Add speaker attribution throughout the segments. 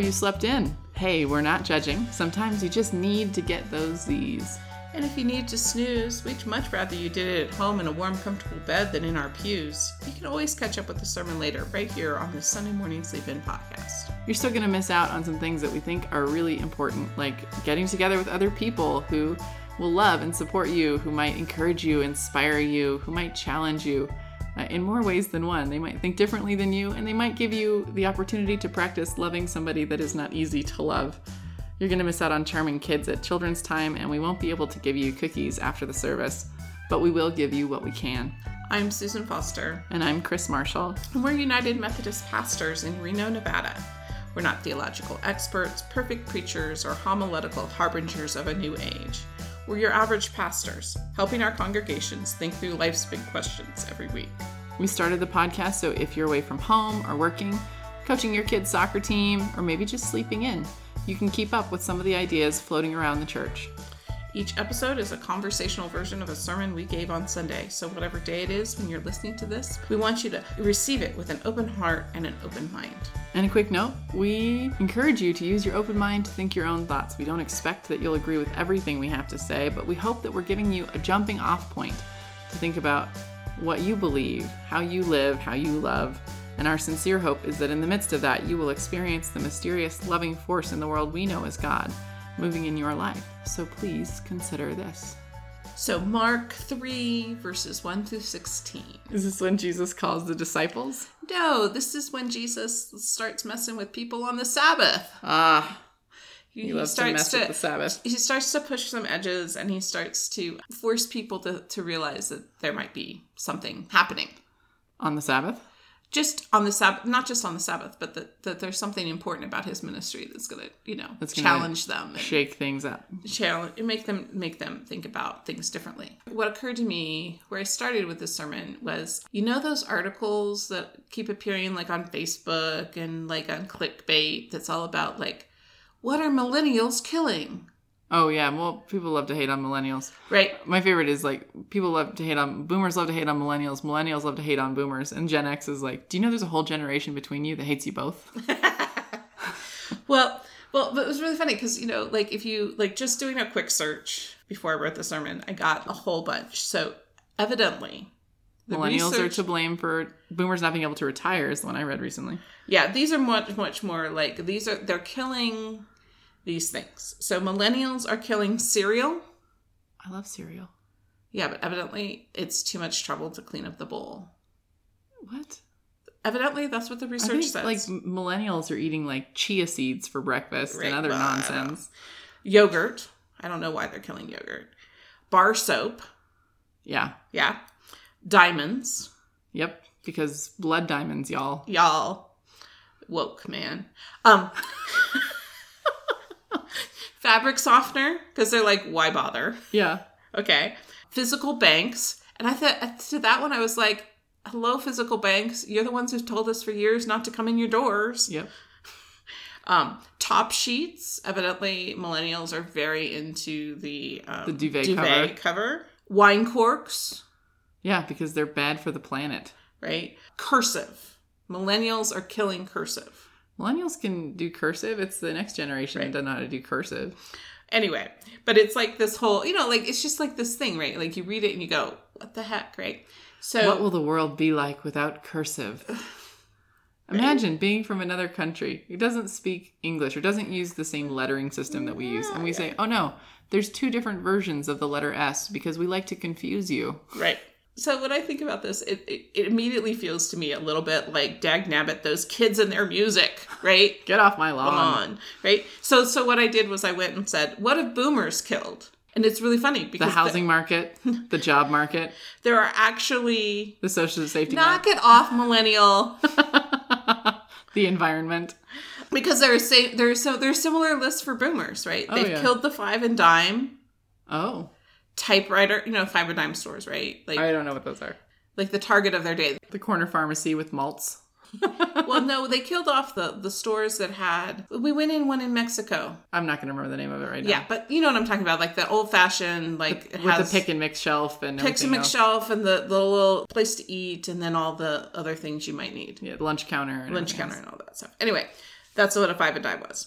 Speaker 1: you slept in. Hey, we're not judging. Sometimes you just need to get those Z's.
Speaker 2: And if you need to snooze, we'd much rather you did it at home in a warm, comfortable bed than in our pews. You can always catch up with the sermon later, right here on the Sunday Morning Sleep In podcast.
Speaker 1: You're still going to miss out on some things that we think are really important, like getting together with other people who will love and support you, who might encourage you, inspire you, who might challenge you. uh, in more ways than one. They might think differently than you, and they might give you the opportunity to practice loving somebody that is not easy to love. You're going to miss out on charming kids at children's time, and we won't be able to give you cookies after the service, but we will give you what we can.
Speaker 2: I'm Susan Foster,
Speaker 1: And I'm Chris Marshall.
Speaker 2: and we're United Methodist pastors in Reno, Nevada. We're not theological experts, perfect preachers, or homiletical harbingers of a new age. We're your average pastors, helping our congregations think through life's big questions every week.
Speaker 1: We started the podcast so if you're away from home or working, coaching your kids' soccer team, or maybe just sleeping in, you can keep up with some of the ideas floating around the church.
Speaker 2: Each episode is a conversational version of a sermon we gave on Sunday, so whatever day it is when you're listening to this, we want you to receive it with an open heart and an open mind.
Speaker 1: And a quick note we encourage you to use your open mind to think your own thoughts. We don't expect that you'll agree with everything we have to say, but we hope that we're giving you a jumping off point to think about what you believe, how you live, how you love. And our sincere hope is that in the midst of that, you will experience the mysterious, loving force in the world we know as God moving in your life. So please consider this.
Speaker 2: So, Mark 3, verses 1 through 16.
Speaker 1: Is this when Jesus calls the disciples?
Speaker 2: No, this is when Jesus starts messing with people on the Sabbath.
Speaker 1: Ah,
Speaker 2: He,
Speaker 1: he loves to mess with the Sabbath.
Speaker 2: he starts to push some edges and he starts to force people to, to realize that there might be something happening.
Speaker 1: On the Sabbath?
Speaker 2: just on the Sabbath, not just on the Sabbath, but that, that there's something important about his ministry that's going to, you know,
Speaker 1: That's gonna
Speaker 2: challenge them, and
Speaker 1: Shake things up.
Speaker 2: challenge, and make them make them think about things differently. What occurred to me where I started with this sermon was, you know, those articles that keep appearing like on Facebook and like on clickbait. That's all about like, what are millennials killing?
Speaker 1: Oh, yeah. Well, people love to hate on millennials.
Speaker 2: Right.
Speaker 1: my favorite is like people love to hate on boomers love to hate on millennials millennials love to hate on boomers and gen x is like do you know there's a whole generation between you that hates you both
Speaker 2: Well, well, but it was really funny because you know, like if you like just doing a quick search before I wrote the sermon, I got a whole bunch. So evidently, the
Speaker 1: millennials are
Speaker 2: research-
Speaker 1: to blame for boomers not being able to retire is the one i read recently
Speaker 2: yeah, these are much much more like these are they're killing these things. So millennials are killing cereal.
Speaker 1: i love cereal
Speaker 2: Yeah, but evidently it's too much trouble to clean up the bowl.
Speaker 1: what
Speaker 2: Evidently, that's what the
Speaker 1: I think,
Speaker 2: research says.
Speaker 1: like m- millennials are eating like chia seeds for breakfast
Speaker 2: Right,
Speaker 1: and other
Speaker 2: well, I don't
Speaker 1: nonsense
Speaker 2: yogurt. I don't know why they're killing yogurt. Bar soap.
Speaker 1: yeah
Speaker 2: Yeah. Diamonds.
Speaker 1: yep because blood diamonds y'all
Speaker 2: y'all woke man um fabric softener because they're like why bother
Speaker 1: yeah
Speaker 2: okay physical banks and i thought to that one i was like hello physical banks you're the ones who've told us for years not to come in your doors
Speaker 1: yep
Speaker 2: um top sheets evidently millennials are very into the um,
Speaker 1: The duvet cover.
Speaker 2: cover wine corks
Speaker 1: yeah because they're bad for the planet
Speaker 2: right cursive millennials are killing cursive
Speaker 1: millennials can do cursive it's the next generation that doesn't know how to do cursive
Speaker 2: Anyway, but it's like this whole, you know, like it's just like this thing, right? Like you read it and you go, what the heck, right? So,
Speaker 1: What will the world be like without cursive? Imagine being from another country who doesn't speak English or doesn't use the same lettering system that we use. And we say, oh no, there's two different versions of the letter S because we like to confuse you.
Speaker 2: right. So when I think about this, it, it, it immediately feels to me a little bit like dag nabbit, those kids and their music, right?
Speaker 1: Get off my lawn.
Speaker 2: On, right? So, so what I did was I went and said, what have boomers killed? And it's really funny because
Speaker 1: The
Speaker 2: th-
Speaker 1: housing market, the job market,
Speaker 2: there are actually
Speaker 1: the social safety
Speaker 2: knock it off, millennial.
Speaker 1: net, the environment.
Speaker 2: because there are sa- there are so there are similar lists for boomers, right?
Speaker 1: Oh,
Speaker 2: They've
Speaker 1: yeah.
Speaker 2: killed the five and dime.
Speaker 1: Oh,
Speaker 2: typewriter, you know, five or dime stores, right? Like
Speaker 1: I don't know what those are.
Speaker 2: like the target of their day.
Speaker 1: The corner pharmacy with malts.
Speaker 2: well, no, they killed off the the stores that had. We went in one in Mexico.
Speaker 1: I'm not going to remember the name of it right now.
Speaker 2: Yeah, but you know what I'm talking about, like the old fashioned, like
Speaker 1: With the pick and mix shelf and
Speaker 2: picks
Speaker 1: everything
Speaker 2: and mix
Speaker 1: else.
Speaker 2: shelf and the, the little place to eat, and then all the other things you might need,
Speaker 1: Yeah, lunch counter. And
Speaker 2: lunch
Speaker 1: everything else.
Speaker 2: counter and all that stuff. Anyway, That's what a five and dime was.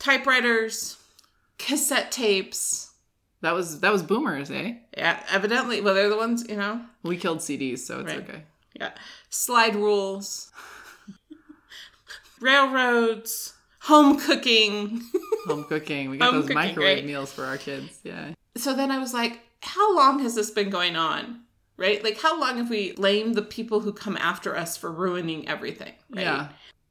Speaker 2: Typewriters, cassette tapes.
Speaker 1: That was that was boomers, eh?
Speaker 2: Yeah, evidently. Well, they're the ones, you know.
Speaker 1: We killed CDs, so it's
Speaker 2: Right.
Speaker 1: okay.
Speaker 2: Yeah. Slide rules, railroads, home cooking.
Speaker 1: Home cooking. We got
Speaker 2: Home
Speaker 1: those
Speaker 2: cooking,
Speaker 1: microwave
Speaker 2: right.
Speaker 1: meals for our kids. Yeah.
Speaker 2: So then I was like, how long has this been going on? Right? Like, how long have we blamed the people who come after us for ruining everything? Right?
Speaker 1: Yeah.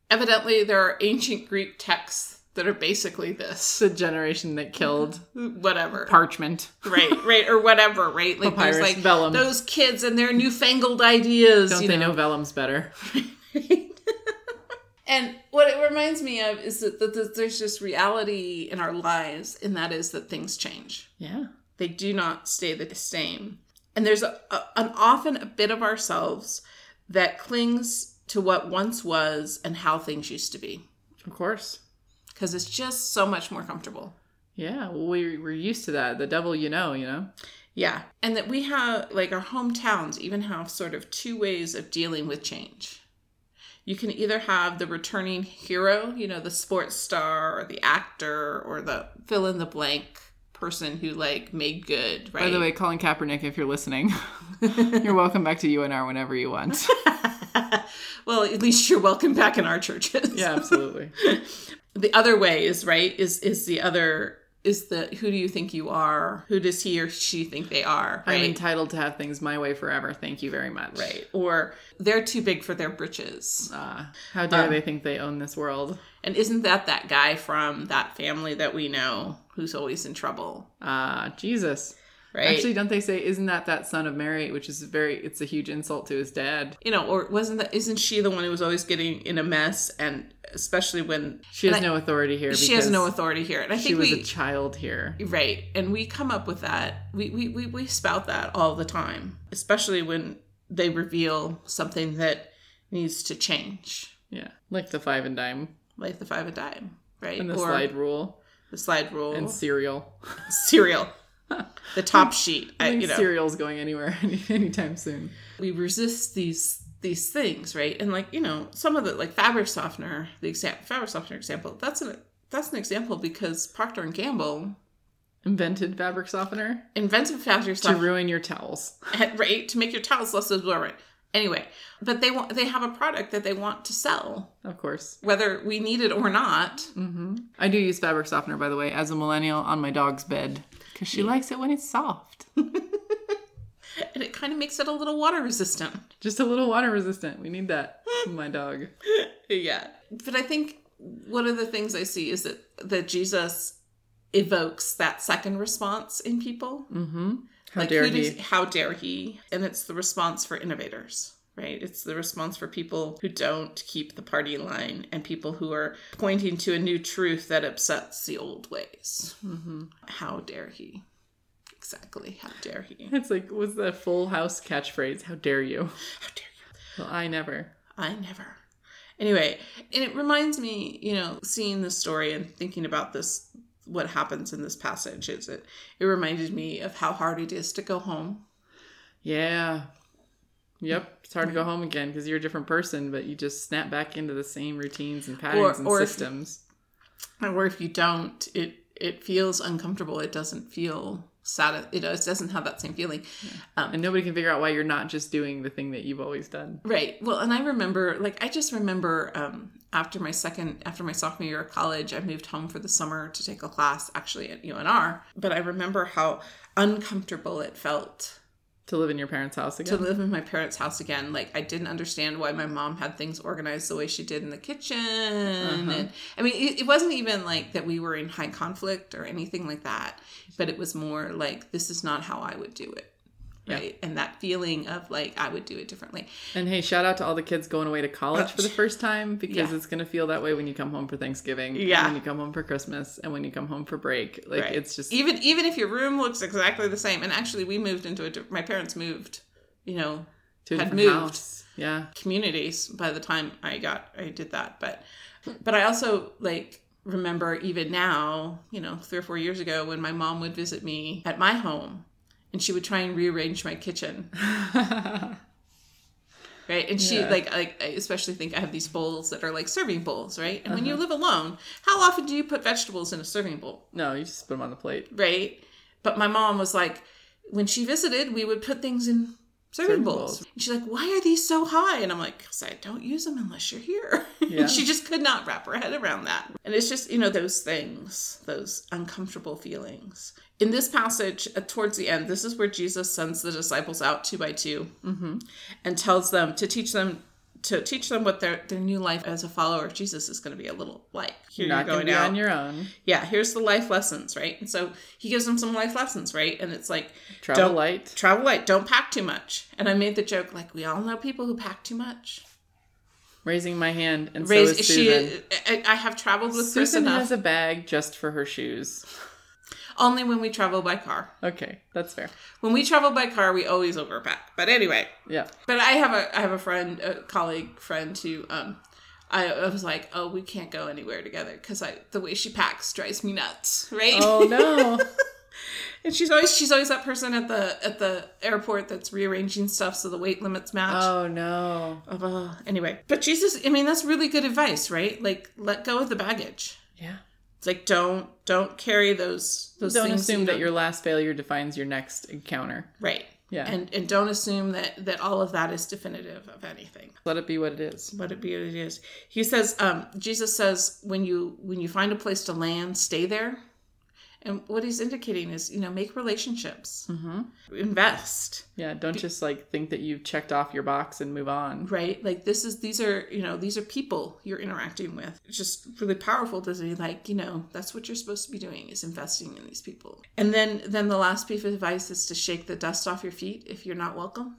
Speaker 2: Evidently, there are ancient Greek texts that are basically this.
Speaker 1: It's a generation that killed
Speaker 2: Whatever.
Speaker 1: parchment.
Speaker 2: right, right, or whatever, right? Like,
Speaker 1: Papyrus,
Speaker 2: there's like
Speaker 1: vellum.
Speaker 2: those kids and their newfangled ideas.
Speaker 1: Don't
Speaker 2: you
Speaker 1: they know vellum's better?
Speaker 2: And what it reminds me of is that, that, that there's just reality in our lives, and that is that things change.
Speaker 1: Yeah.
Speaker 2: They do not stay the same. And there's a, a, an often a bit of ourselves that clings to what once was and how things used to be
Speaker 1: Of course.
Speaker 2: because it's just so much more comfortable.
Speaker 1: Yeah. Well, we we're used to that. The devil you know, you know?
Speaker 2: Yeah. And that we have, like, our hometowns even have sort of two ways of dealing with change. You can either have the returning hero, you know, the sports star or the actor or the fill in the blank person who, like, made good, right?
Speaker 1: By the way, Colin Kaepernick, if you're listening, you're welcome back to UNR whenever you want.
Speaker 2: well, at least you're welcome back in our churches.
Speaker 1: Yeah, absolutely.
Speaker 2: the other way is right is is the other is the who do you think you are who does he or she think they are
Speaker 1: I'm
Speaker 2: right
Speaker 1: entitled to have things my way forever. Thank you very much.
Speaker 2: right or they're too big for their britches
Speaker 1: Uh, how dare
Speaker 2: Um,
Speaker 1: they think they own this world?
Speaker 2: and isn't that that guy from that family that we know who's always in trouble
Speaker 1: Ah, Jesus.
Speaker 2: right
Speaker 1: Actually, don't they say, isn't that that son of Mary? Which is very, it's a huge insult to his dad.
Speaker 2: you know or wasn't that isn't she the one who was always getting in a mess and especially when
Speaker 1: She has
Speaker 2: And I-
Speaker 1: no authority here.
Speaker 2: she has
Speaker 1: because
Speaker 2: no authority here and i
Speaker 1: She
Speaker 2: think
Speaker 1: was
Speaker 2: we
Speaker 1: a child here.
Speaker 2: Right. And we come up with that. We, we, we, we spout that all the time, especially when they reveal something that needs to change,
Speaker 1: Yeah. Like the five and dime
Speaker 2: like the five and dime, right?
Speaker 1: and the slide rule
Speaker 2: The slide rule.
Speaker 1: and cereal.
Speaker 2: cereal. the top sheet.
Speaker 1: I
Speaker 2: I,
Speaker 1: don't think
Speaker 2: you know,
Speaker 1: cereal's going anywhere any- anytime soon.
Speaker 2: we resist these these things, right? And like, you know, some of the like fabric softener, the example fabric softener example, that's an that's an example because Procter and Gamble
Speaker 1: Invented fabric softener
Speaker 2: invented fabric
Speaker 1: to
Speaker 2: softener
Speaker 1: ruin your towels.
Speaker 2: at rate to make your towels less absorbent. Anyway, but they want they have a product that they want to sell,
Speaker 1: Of course.
Speaker 2: whether we need it or not.
Speaker 1: hmm I do use fabric softener, by the way, as a millennial on my dog's bed because she likes it when it's soft.
Speaker 2: And it kind of makes it a little water resistant.
Speaker 1: Just a little water resistant. We need that for my dog.
Speaker 2: Yeah. But I think one of the things I see is that that Jesus evokes that second response in people.
Speaker 1: Mm-hmm. How
Speaker 2: Like,
Speaker 1: dare
Speaker 2: who
Speaker 1: he?
Speaker 2: does- how dare he? And it's the response for innovators, right? It's the response for people who don't keep the party line and people who are pointing to a new truth that upsets the old ways.
Speaker 1: hmm
Speaker 2: How dare he? Exactly. How dare he?
Speaker 1: It's like, what's the full house catchphrase? How dare you?
Speaker 2: How dare you?
Speaker 1: Well, I never.
Speaker 2: I never. Anyway, and it reminds me, you know, seeing this story and thinking about this, what happens in this passage is it, it reminded me of how hard it is to go home.
Speaker 1: Yeah. Yep. It's hard to go home again because you're a different person, but you just snap back into the same routines and patterns and
Speaker 2: or if-
Speaker 1: systems.
Speaker 2: Or if you don't, it, it feels uncomfortable. It doesn't feel sad. It doesn't have that same feeling. Um,
Speaker 1: And nobody can figure out why you're not just doing the thing that you've always done.
Speaker 2: Right. Well, and I remember, like, I just remember um, after my second, after my sophomore year of college, I moved home for the summer to take a class actually at UNR. But I remember how uncomfortable it felt
Speaker 1: To live in your parents' house
Speaker 2: to
Speaker 1: again.
Speaker 2: live in my parents' house again. Like, I didn't understand why my mom had things organized the way she did in the kitchen. And I mean, it, it wasn't even like that we were in high conflict or anything like that, but it was more like, this is not how I would do it.
Speaker 1: Yeah.
Speaker 2: Right. And that feeling of like, I would do it differently.
Speaker 1: and hey, shout out to all the kids going away to college for the first time because
Speaker 2: Yeah.
Speaker 1: it's going to feel that way when you come home for Thanksgiving, and
Speaker 2: Yeah.
Speaker 1: when you come home for Christmas, and when you come home for break. Like,
Speaker 2: Right.
Speaker 1: it's just.
Speaker 2: even even if your room looks exactly the same and actually we moved into a di- my parents moved you know
Speaker 1: to a
Speaker 2: had
Speaker 1: different
Speaker 2: moved.
Speaker 1: house. Yeah.
Speaker 2: communities by the time i got i did that but but i also like remember even now you know three or four years ago when my mom would visit me at my home and she would try and rearrange my kitchen right? And she
Speaker 1: Yeah.
Speaker 2: like like I especially think I have these bowls that are like serving bowls, right? And when you live alone, how often do you put vegetables in a serving bowl,
Speaker 1: No, you just put them on the plate.
Speaker 2: right? But my mom was like, when she visited, we would put things in
Speaker 1: Serving
Speaker 2: serving, bowls.
Speaker 1: bowls.
Speaker 2: And she's like, why are these so high? And I'm like, because I don't use them unless you're here.
Speaker 1: Yeah.
Speaker 2: she just could not wrap her head around that. And it's just, you know, those things, those uncomfortable feelings. In this passage, uh, towards the end, this is where Jesus sends the disciples out two by 2
Speaker 1: Mm-hmm.
Speaker 2: and tells them to teach them. To teach them what their, their new life as a follower of Jesus is going to be a little like. Here
Speaker 1: You're not going to be on your own.
Speaker 2: yeah, here's the life lessons, right? And so he gives them some life lessons, right? And it's like
Speaker 1: Travel
Speaker 2: don't,
Speaker 1: light.
Speaker 2: travel light, don't pack too much. And I made the joke like we all know people who pack too much.
Speaker 1: Raising my hand, and
Speaker 2: Raise
Speaker 1: so is
Speaker 2: she,
Speaker 1: Susan.
Speaker 2: I, I have traveled with Chris
Speaker 1: Susan
Speaker 2: enough
Speaker 1: has a bag just for her shoes.
Speaker 2: only when we travel by car.
Speaker 1: Okay, that's fair.
Speaker 2: When we travel by car, we always overpack. But anyway,
Speaker 1: Yeah.
Speaker 2: But I have a I have a friend, a colleague friend who um I, I was like, "Oh, we can't go anywhere together cuz I the way she packs drives me nuts." Right?
Speaker 1: Oh no.
Speaker 2: And she's always she's always that person at the at the airport that's rearranging stuff so the weight limits match.
Speaker 1: Oh no.
Speaker 2: Uh, uh, anyway, but Jesus, I mean that's really good advice, right? Like let go of the baggage.
Speaker 1: Yeah.
Speaker 2: It's like don't don't carry those those
Speaker 1: Don't
Speaker 2: things
Speaker 1: assume
Speaker 2: you
Speaker 1: that
Speaker 2: don't-
Speaker 1: your last failure defines your next encounter.
Speaker 2: right.
Speaker 1: Yeah.
Speaker 2: And and don't assume that that all of that is definitive of anything.
Speaker 1: Let it be what it is.
Speaker 2: Let it be what it is. He says um Jesus says when you when you find a place to land, stay there. And what he's indicating is, you know, make relationships.
Speaker 1: Mm-hmm.
Speaker 2: Invest.
Speaker 1: Yeah. Don't just like think that you've checked off your box and move on.
Speaker 2: right like this is these are you know these are people you're interacting with it's just really powerful to be like you know that's what you're supposed to be doing is investing in these people and then then the last piece of advice is to shake the dust off your feet if you're not welcome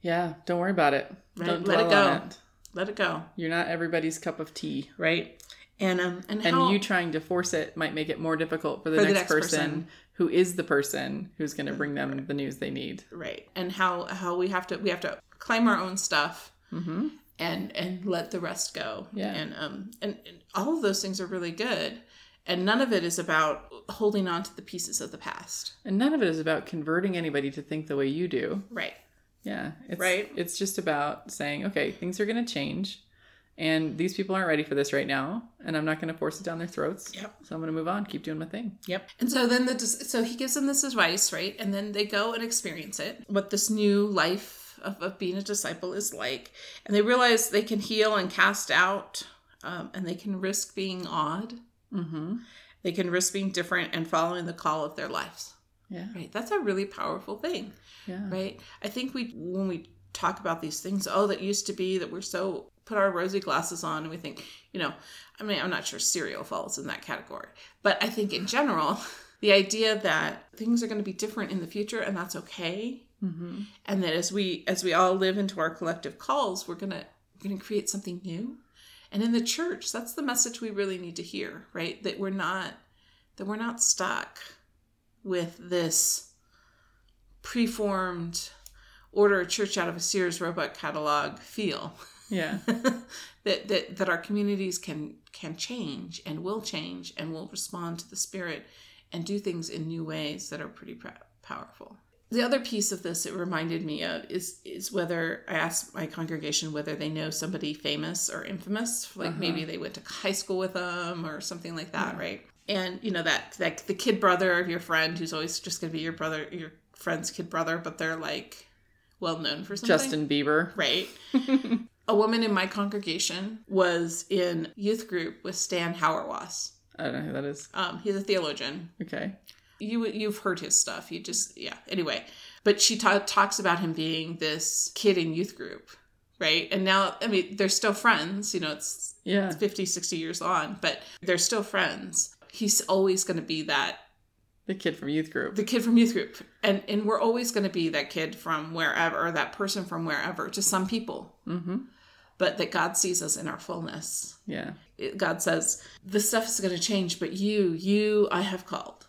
Speaker 1: Yeah. Don't worry about it.
Speaker 2: Right,
Speaker 1: Don't
Speaker 2: let it
Speaker 1: dwell on
Speaker 2: go.
Speaker 1: it.
Speaker 2: let it go
Speaker 1: You're not everybody's cup of tea.
Speaker 2: right and um and,
Speaker 1: And
Speaker 2: how,
Speaker 1: you trying to force it might make it more difficult for the,
Speaker 2: For
Speaker 1: next, person, who is the person who's going to bring them the news they need.
Speaker 2: right and how how we have to we have to claim our own stuff
Speaker 1: Mm-hmm.
Speaker 2: and and let the rest go
Speaker 1: Yeah.
Speaker 2: and um and, and all of those things are really good and none of it is about holding on to the pieces of the past
Speaker 1: And none of it is about converting anybody to think the way you do.
Speaker 2: right
Speaker 1: Yeah. It's,
Speaker 2: Right.
Speaker 1: It's just about saying, okay, things are going to change. And these people aren't ready for this right now. And I'm not going to force it down their throats.
Speaker 2: Yep.
Speaker 1: So I'm going to move on, keep doing my thing.
Speaker 2: Yep. And so then the dis- so he gives them this advice, right? And then they go and experience it, what this new life of, of being a disciple is like, and they realize they can heal and cast out, um, and they can risk being odd.
Speaker 1: Mm-hmm.
Speaker 2: They can risk being different and following the call of their lives.
Speaker 1: Yeah.
Speaker 2: Right. That's a really powerful thing,
Speaker 1: Yeah.
Speaker 2: right? I think we when we talk about these things, oh, that used to be that we're so put our rosy glasses on and we think, you know, I mean, I'm not sure cereal falls in that category, but I think in general, the idea that things are going to be different in the future and that's okay,
Speaker 1: Mm-hmm.
Speaker 2: and that as we as we all live into our collective calls, we're gonna we're gonna create something new, and in the church, that's the message we really need to hear, right? That we're not that we're not stuck with this preformed order a church out of a Sears robot catalog feel
Speaker 1: Yeah.
Speaker 2: that, that that our communities can can change and will change and will respond to the spirit and do things in new ways that are pretty pr- powerful. The other piece of this it reminded me of is is whether I asked my congregation whether they know somebody famous or infamous, like
Speaker 1: Uh-huh.
Speaker 2: maybe they went to high school with them or something like that,
Speaker 1: Yeah.
Speaker 2: right? And you know that like the kid brother of your friend who's always just going to be your brother, your friend's kid brother, but they're like well known for something.
Speaker 1: Justin Bieber.
Speaker 2: Right. a woman in my congregation was in youth group with Stan Hauerwas.
Speaker 1: I don't know who that is.
Speaker 2: Um, he's a theologian.
Speaker 1: Okay.
Speaker 2: You you've heard his stuff. You just yeah. Anyway, but she ta- talks about him being this kid in youth group, right? And now I mean they're still friends. You know, it's
Speaker 1: Yeah.
Speaker 2: 50, 60 years on, but they're still friends. He's always going to be that
Speaker 1: The kid from youth group.
Speaker 2: the kid from youth group, and and we're always going to be that kid from wherever, or that person from wherever to some people,
Speaker 1: Mm-hmm.
Speaker 2: but that God sees us in our fullness.
Speaker 1: Yeah.
Speaker 2: It- God says, This stuff is going to change, but you, you, I have called.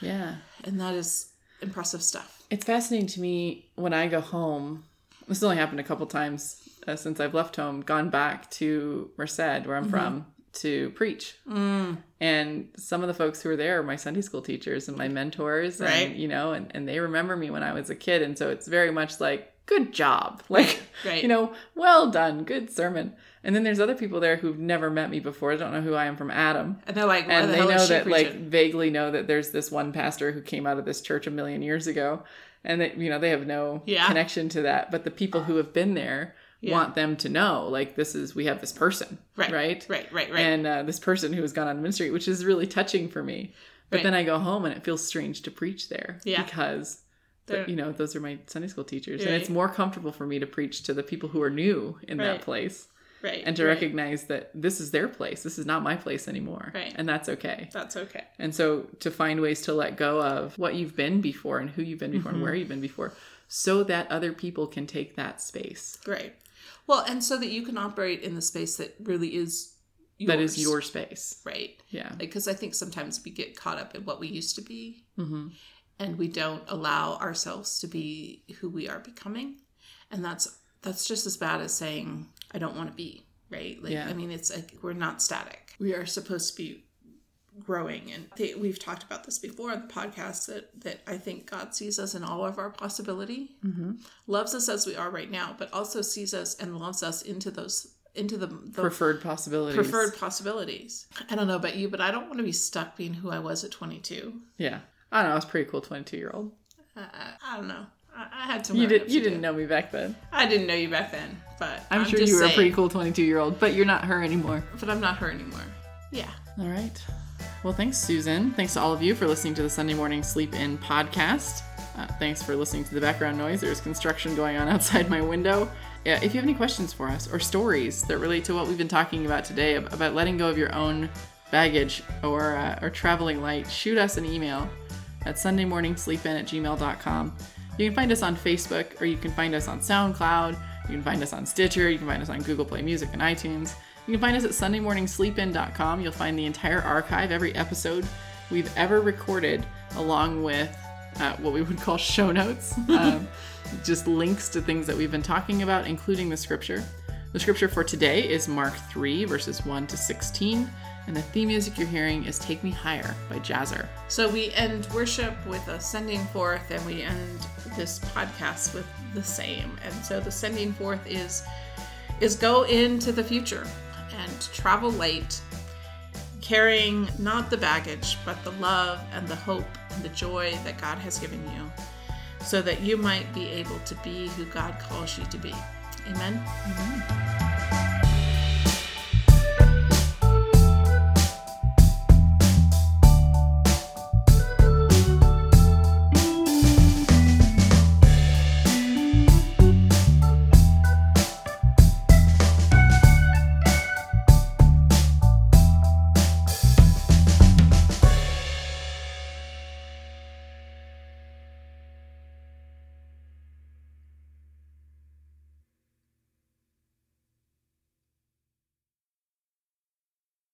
Speaker 1: Yeah.
Speaker 2: And that is impressive stuff.
Speaker 1: It's fascinating to me when I go home. This has only happened a couple times uh, since I've left home, gone back to Merced, where I'm from, to preach.
Speaker 2: Mm,
Speaker 1: And some of the folks who were there are my Sunday school teachers and my mentors, and
Speaker 2: Right.
Speaker 1: you know, and, and they remember me when I was a kid. And so it's very much like good job. Like,
Speaker 2: Right.
Speaker 1: you know, well done, good sermon. And then there's other people there who've never met me before. They don't know who I am from Adam.
Speaker 2: And they're like, why
Speaker 1: And
Speaker 2: the
Speaker 1: they
Speaker 2: hell
Speaker 1: know
Speaker 2: is she
Speaker 1: that, like,
Speaker 2: preaching?
Speaker 1: vaguely know that there's this one pastor who came out of this church a million years ago. And that, you know, they have no
Speaker 2: Yeah.
Speaker 1: connection to that. But the people who have been there
Speaker 2: Yeah.
Speaker 1: want them to know, like, this is, we have this person.
Speaker 2: Right.
Speaker 1: Right.
Speaker 2: right, right, right.
Speaker 1: And uh, this person who has gone on ministry, which is really touching for me. But
Speaker 2: Right.
Speaker 1: then I go home and it feels strange to preach there
Speaker 2: Yeah.
Speaker 1: because
Speaker 2: They're-
Speaker 1: you know those are my Sunday school teachers, and
Speaker 2: Right.
Speaker 1: it's more comfortable for me to preach to the people who are new in
Speaker 2: Right.
Speaker 1: that place
Speaker 2: right.
Speaker 1: and to
Speaker 2: right.
Speaker 1: recognize that this is their place. This is not my place anymore,
Speaker 2: Right.
Speaker 1: and that's okay.
Speaker 2: That's okay.
Speaker 1: And so to find ways to let go of what you've been before and who you've been before
Speaker 2: Mhm.
Speaker 1: and where you've been before, so that other people can take that space
Speaker 2: Right. Well, and so that you can operate in the space that really is yours.
Speaker 1: that is your space.
Speaker 2: Right.
Speaker 1: Yeah.
Speaker 2: Because I think sometimes we get caught up in what we used to be
Speaker 1: hmm
Speaker 2: and we don't allow ourselves to be who we are becoming. And that's that's just as bad as saying I don't want to be, right? Like
Speaker 1: Yeah.
Speaker 2: I mean it's like we're not static. We are supposed to be growing and th- we've talked about this before on the podcast that that I think God sees us in all of our possibility
Speaker 1: hmm
Speaker 2: loves us as we are right now, but also sees us and loves us into those into the, the
Speaker 1: Preferred possibilities.
Speaker 2: preferred possibilities. I don't know about you, but I don't want to be stuck being who I was at 22.
Speaker 1: Yeah. I don't know. I was pretty cool 22 year old.
Speaker 2: I, I, I don't know. I, I had to.
Speaker 1: You,
Speaker 2: learn
Speaker 1: did,
Speaker 2: what
Speaker 1: you
Speaker 2: to
Speaker 1: didn't
Speaker 2: do.
Speaker 1: know me back then.
Speaker 2: I didn't know you back then, but
Speaker 1: I'm, sure
Speaker 2: just
Speaker 1: you were a
Speaker 2: saying,
Speaker 1: pretty cool 22 year old, but you're not her anymore.
Speaker 2: But I'm not her anymore. Yeah.
Speaker 1: All right. Well, thanks, Susan. Thanks to all of you for listening to the Sunday Morning Sleep In podcast. Uh, thanks for listening to the background noise. There's construction going on outside my window. Yeah, if you have any questions for us or stories that relate to what we've been talking about today ab- about letting go of your own baggage or, uh, or traveling light, shoot us an email at sundaymorningsleepin at gmail.com. You can find us on Facebook or you can find us on SoundCloud. You can find us on Stitcher. You can find us on Google Play Music and iTunes. You can find us at sundaymorningsleepin.com. You'll find the entire archive, every episode we've ever recorded, along with uh, what we would call show notes, um, just links to things that we've been talking about, including the scripture. The scripture for today is Mark 3, verses 1 to 16, and the theme music you're hearing is Take Me Higher by Jazzer.
Speaker 2: So we end worship with a sending forth, and we end this podcast with the same. And so the sending forth is is go into the future and travel light, carrying not the baggage, but the love and the hope and the joy that God has given you, so that you might be able to be who God calls you to be. Amen.
Speaker 1: Amen.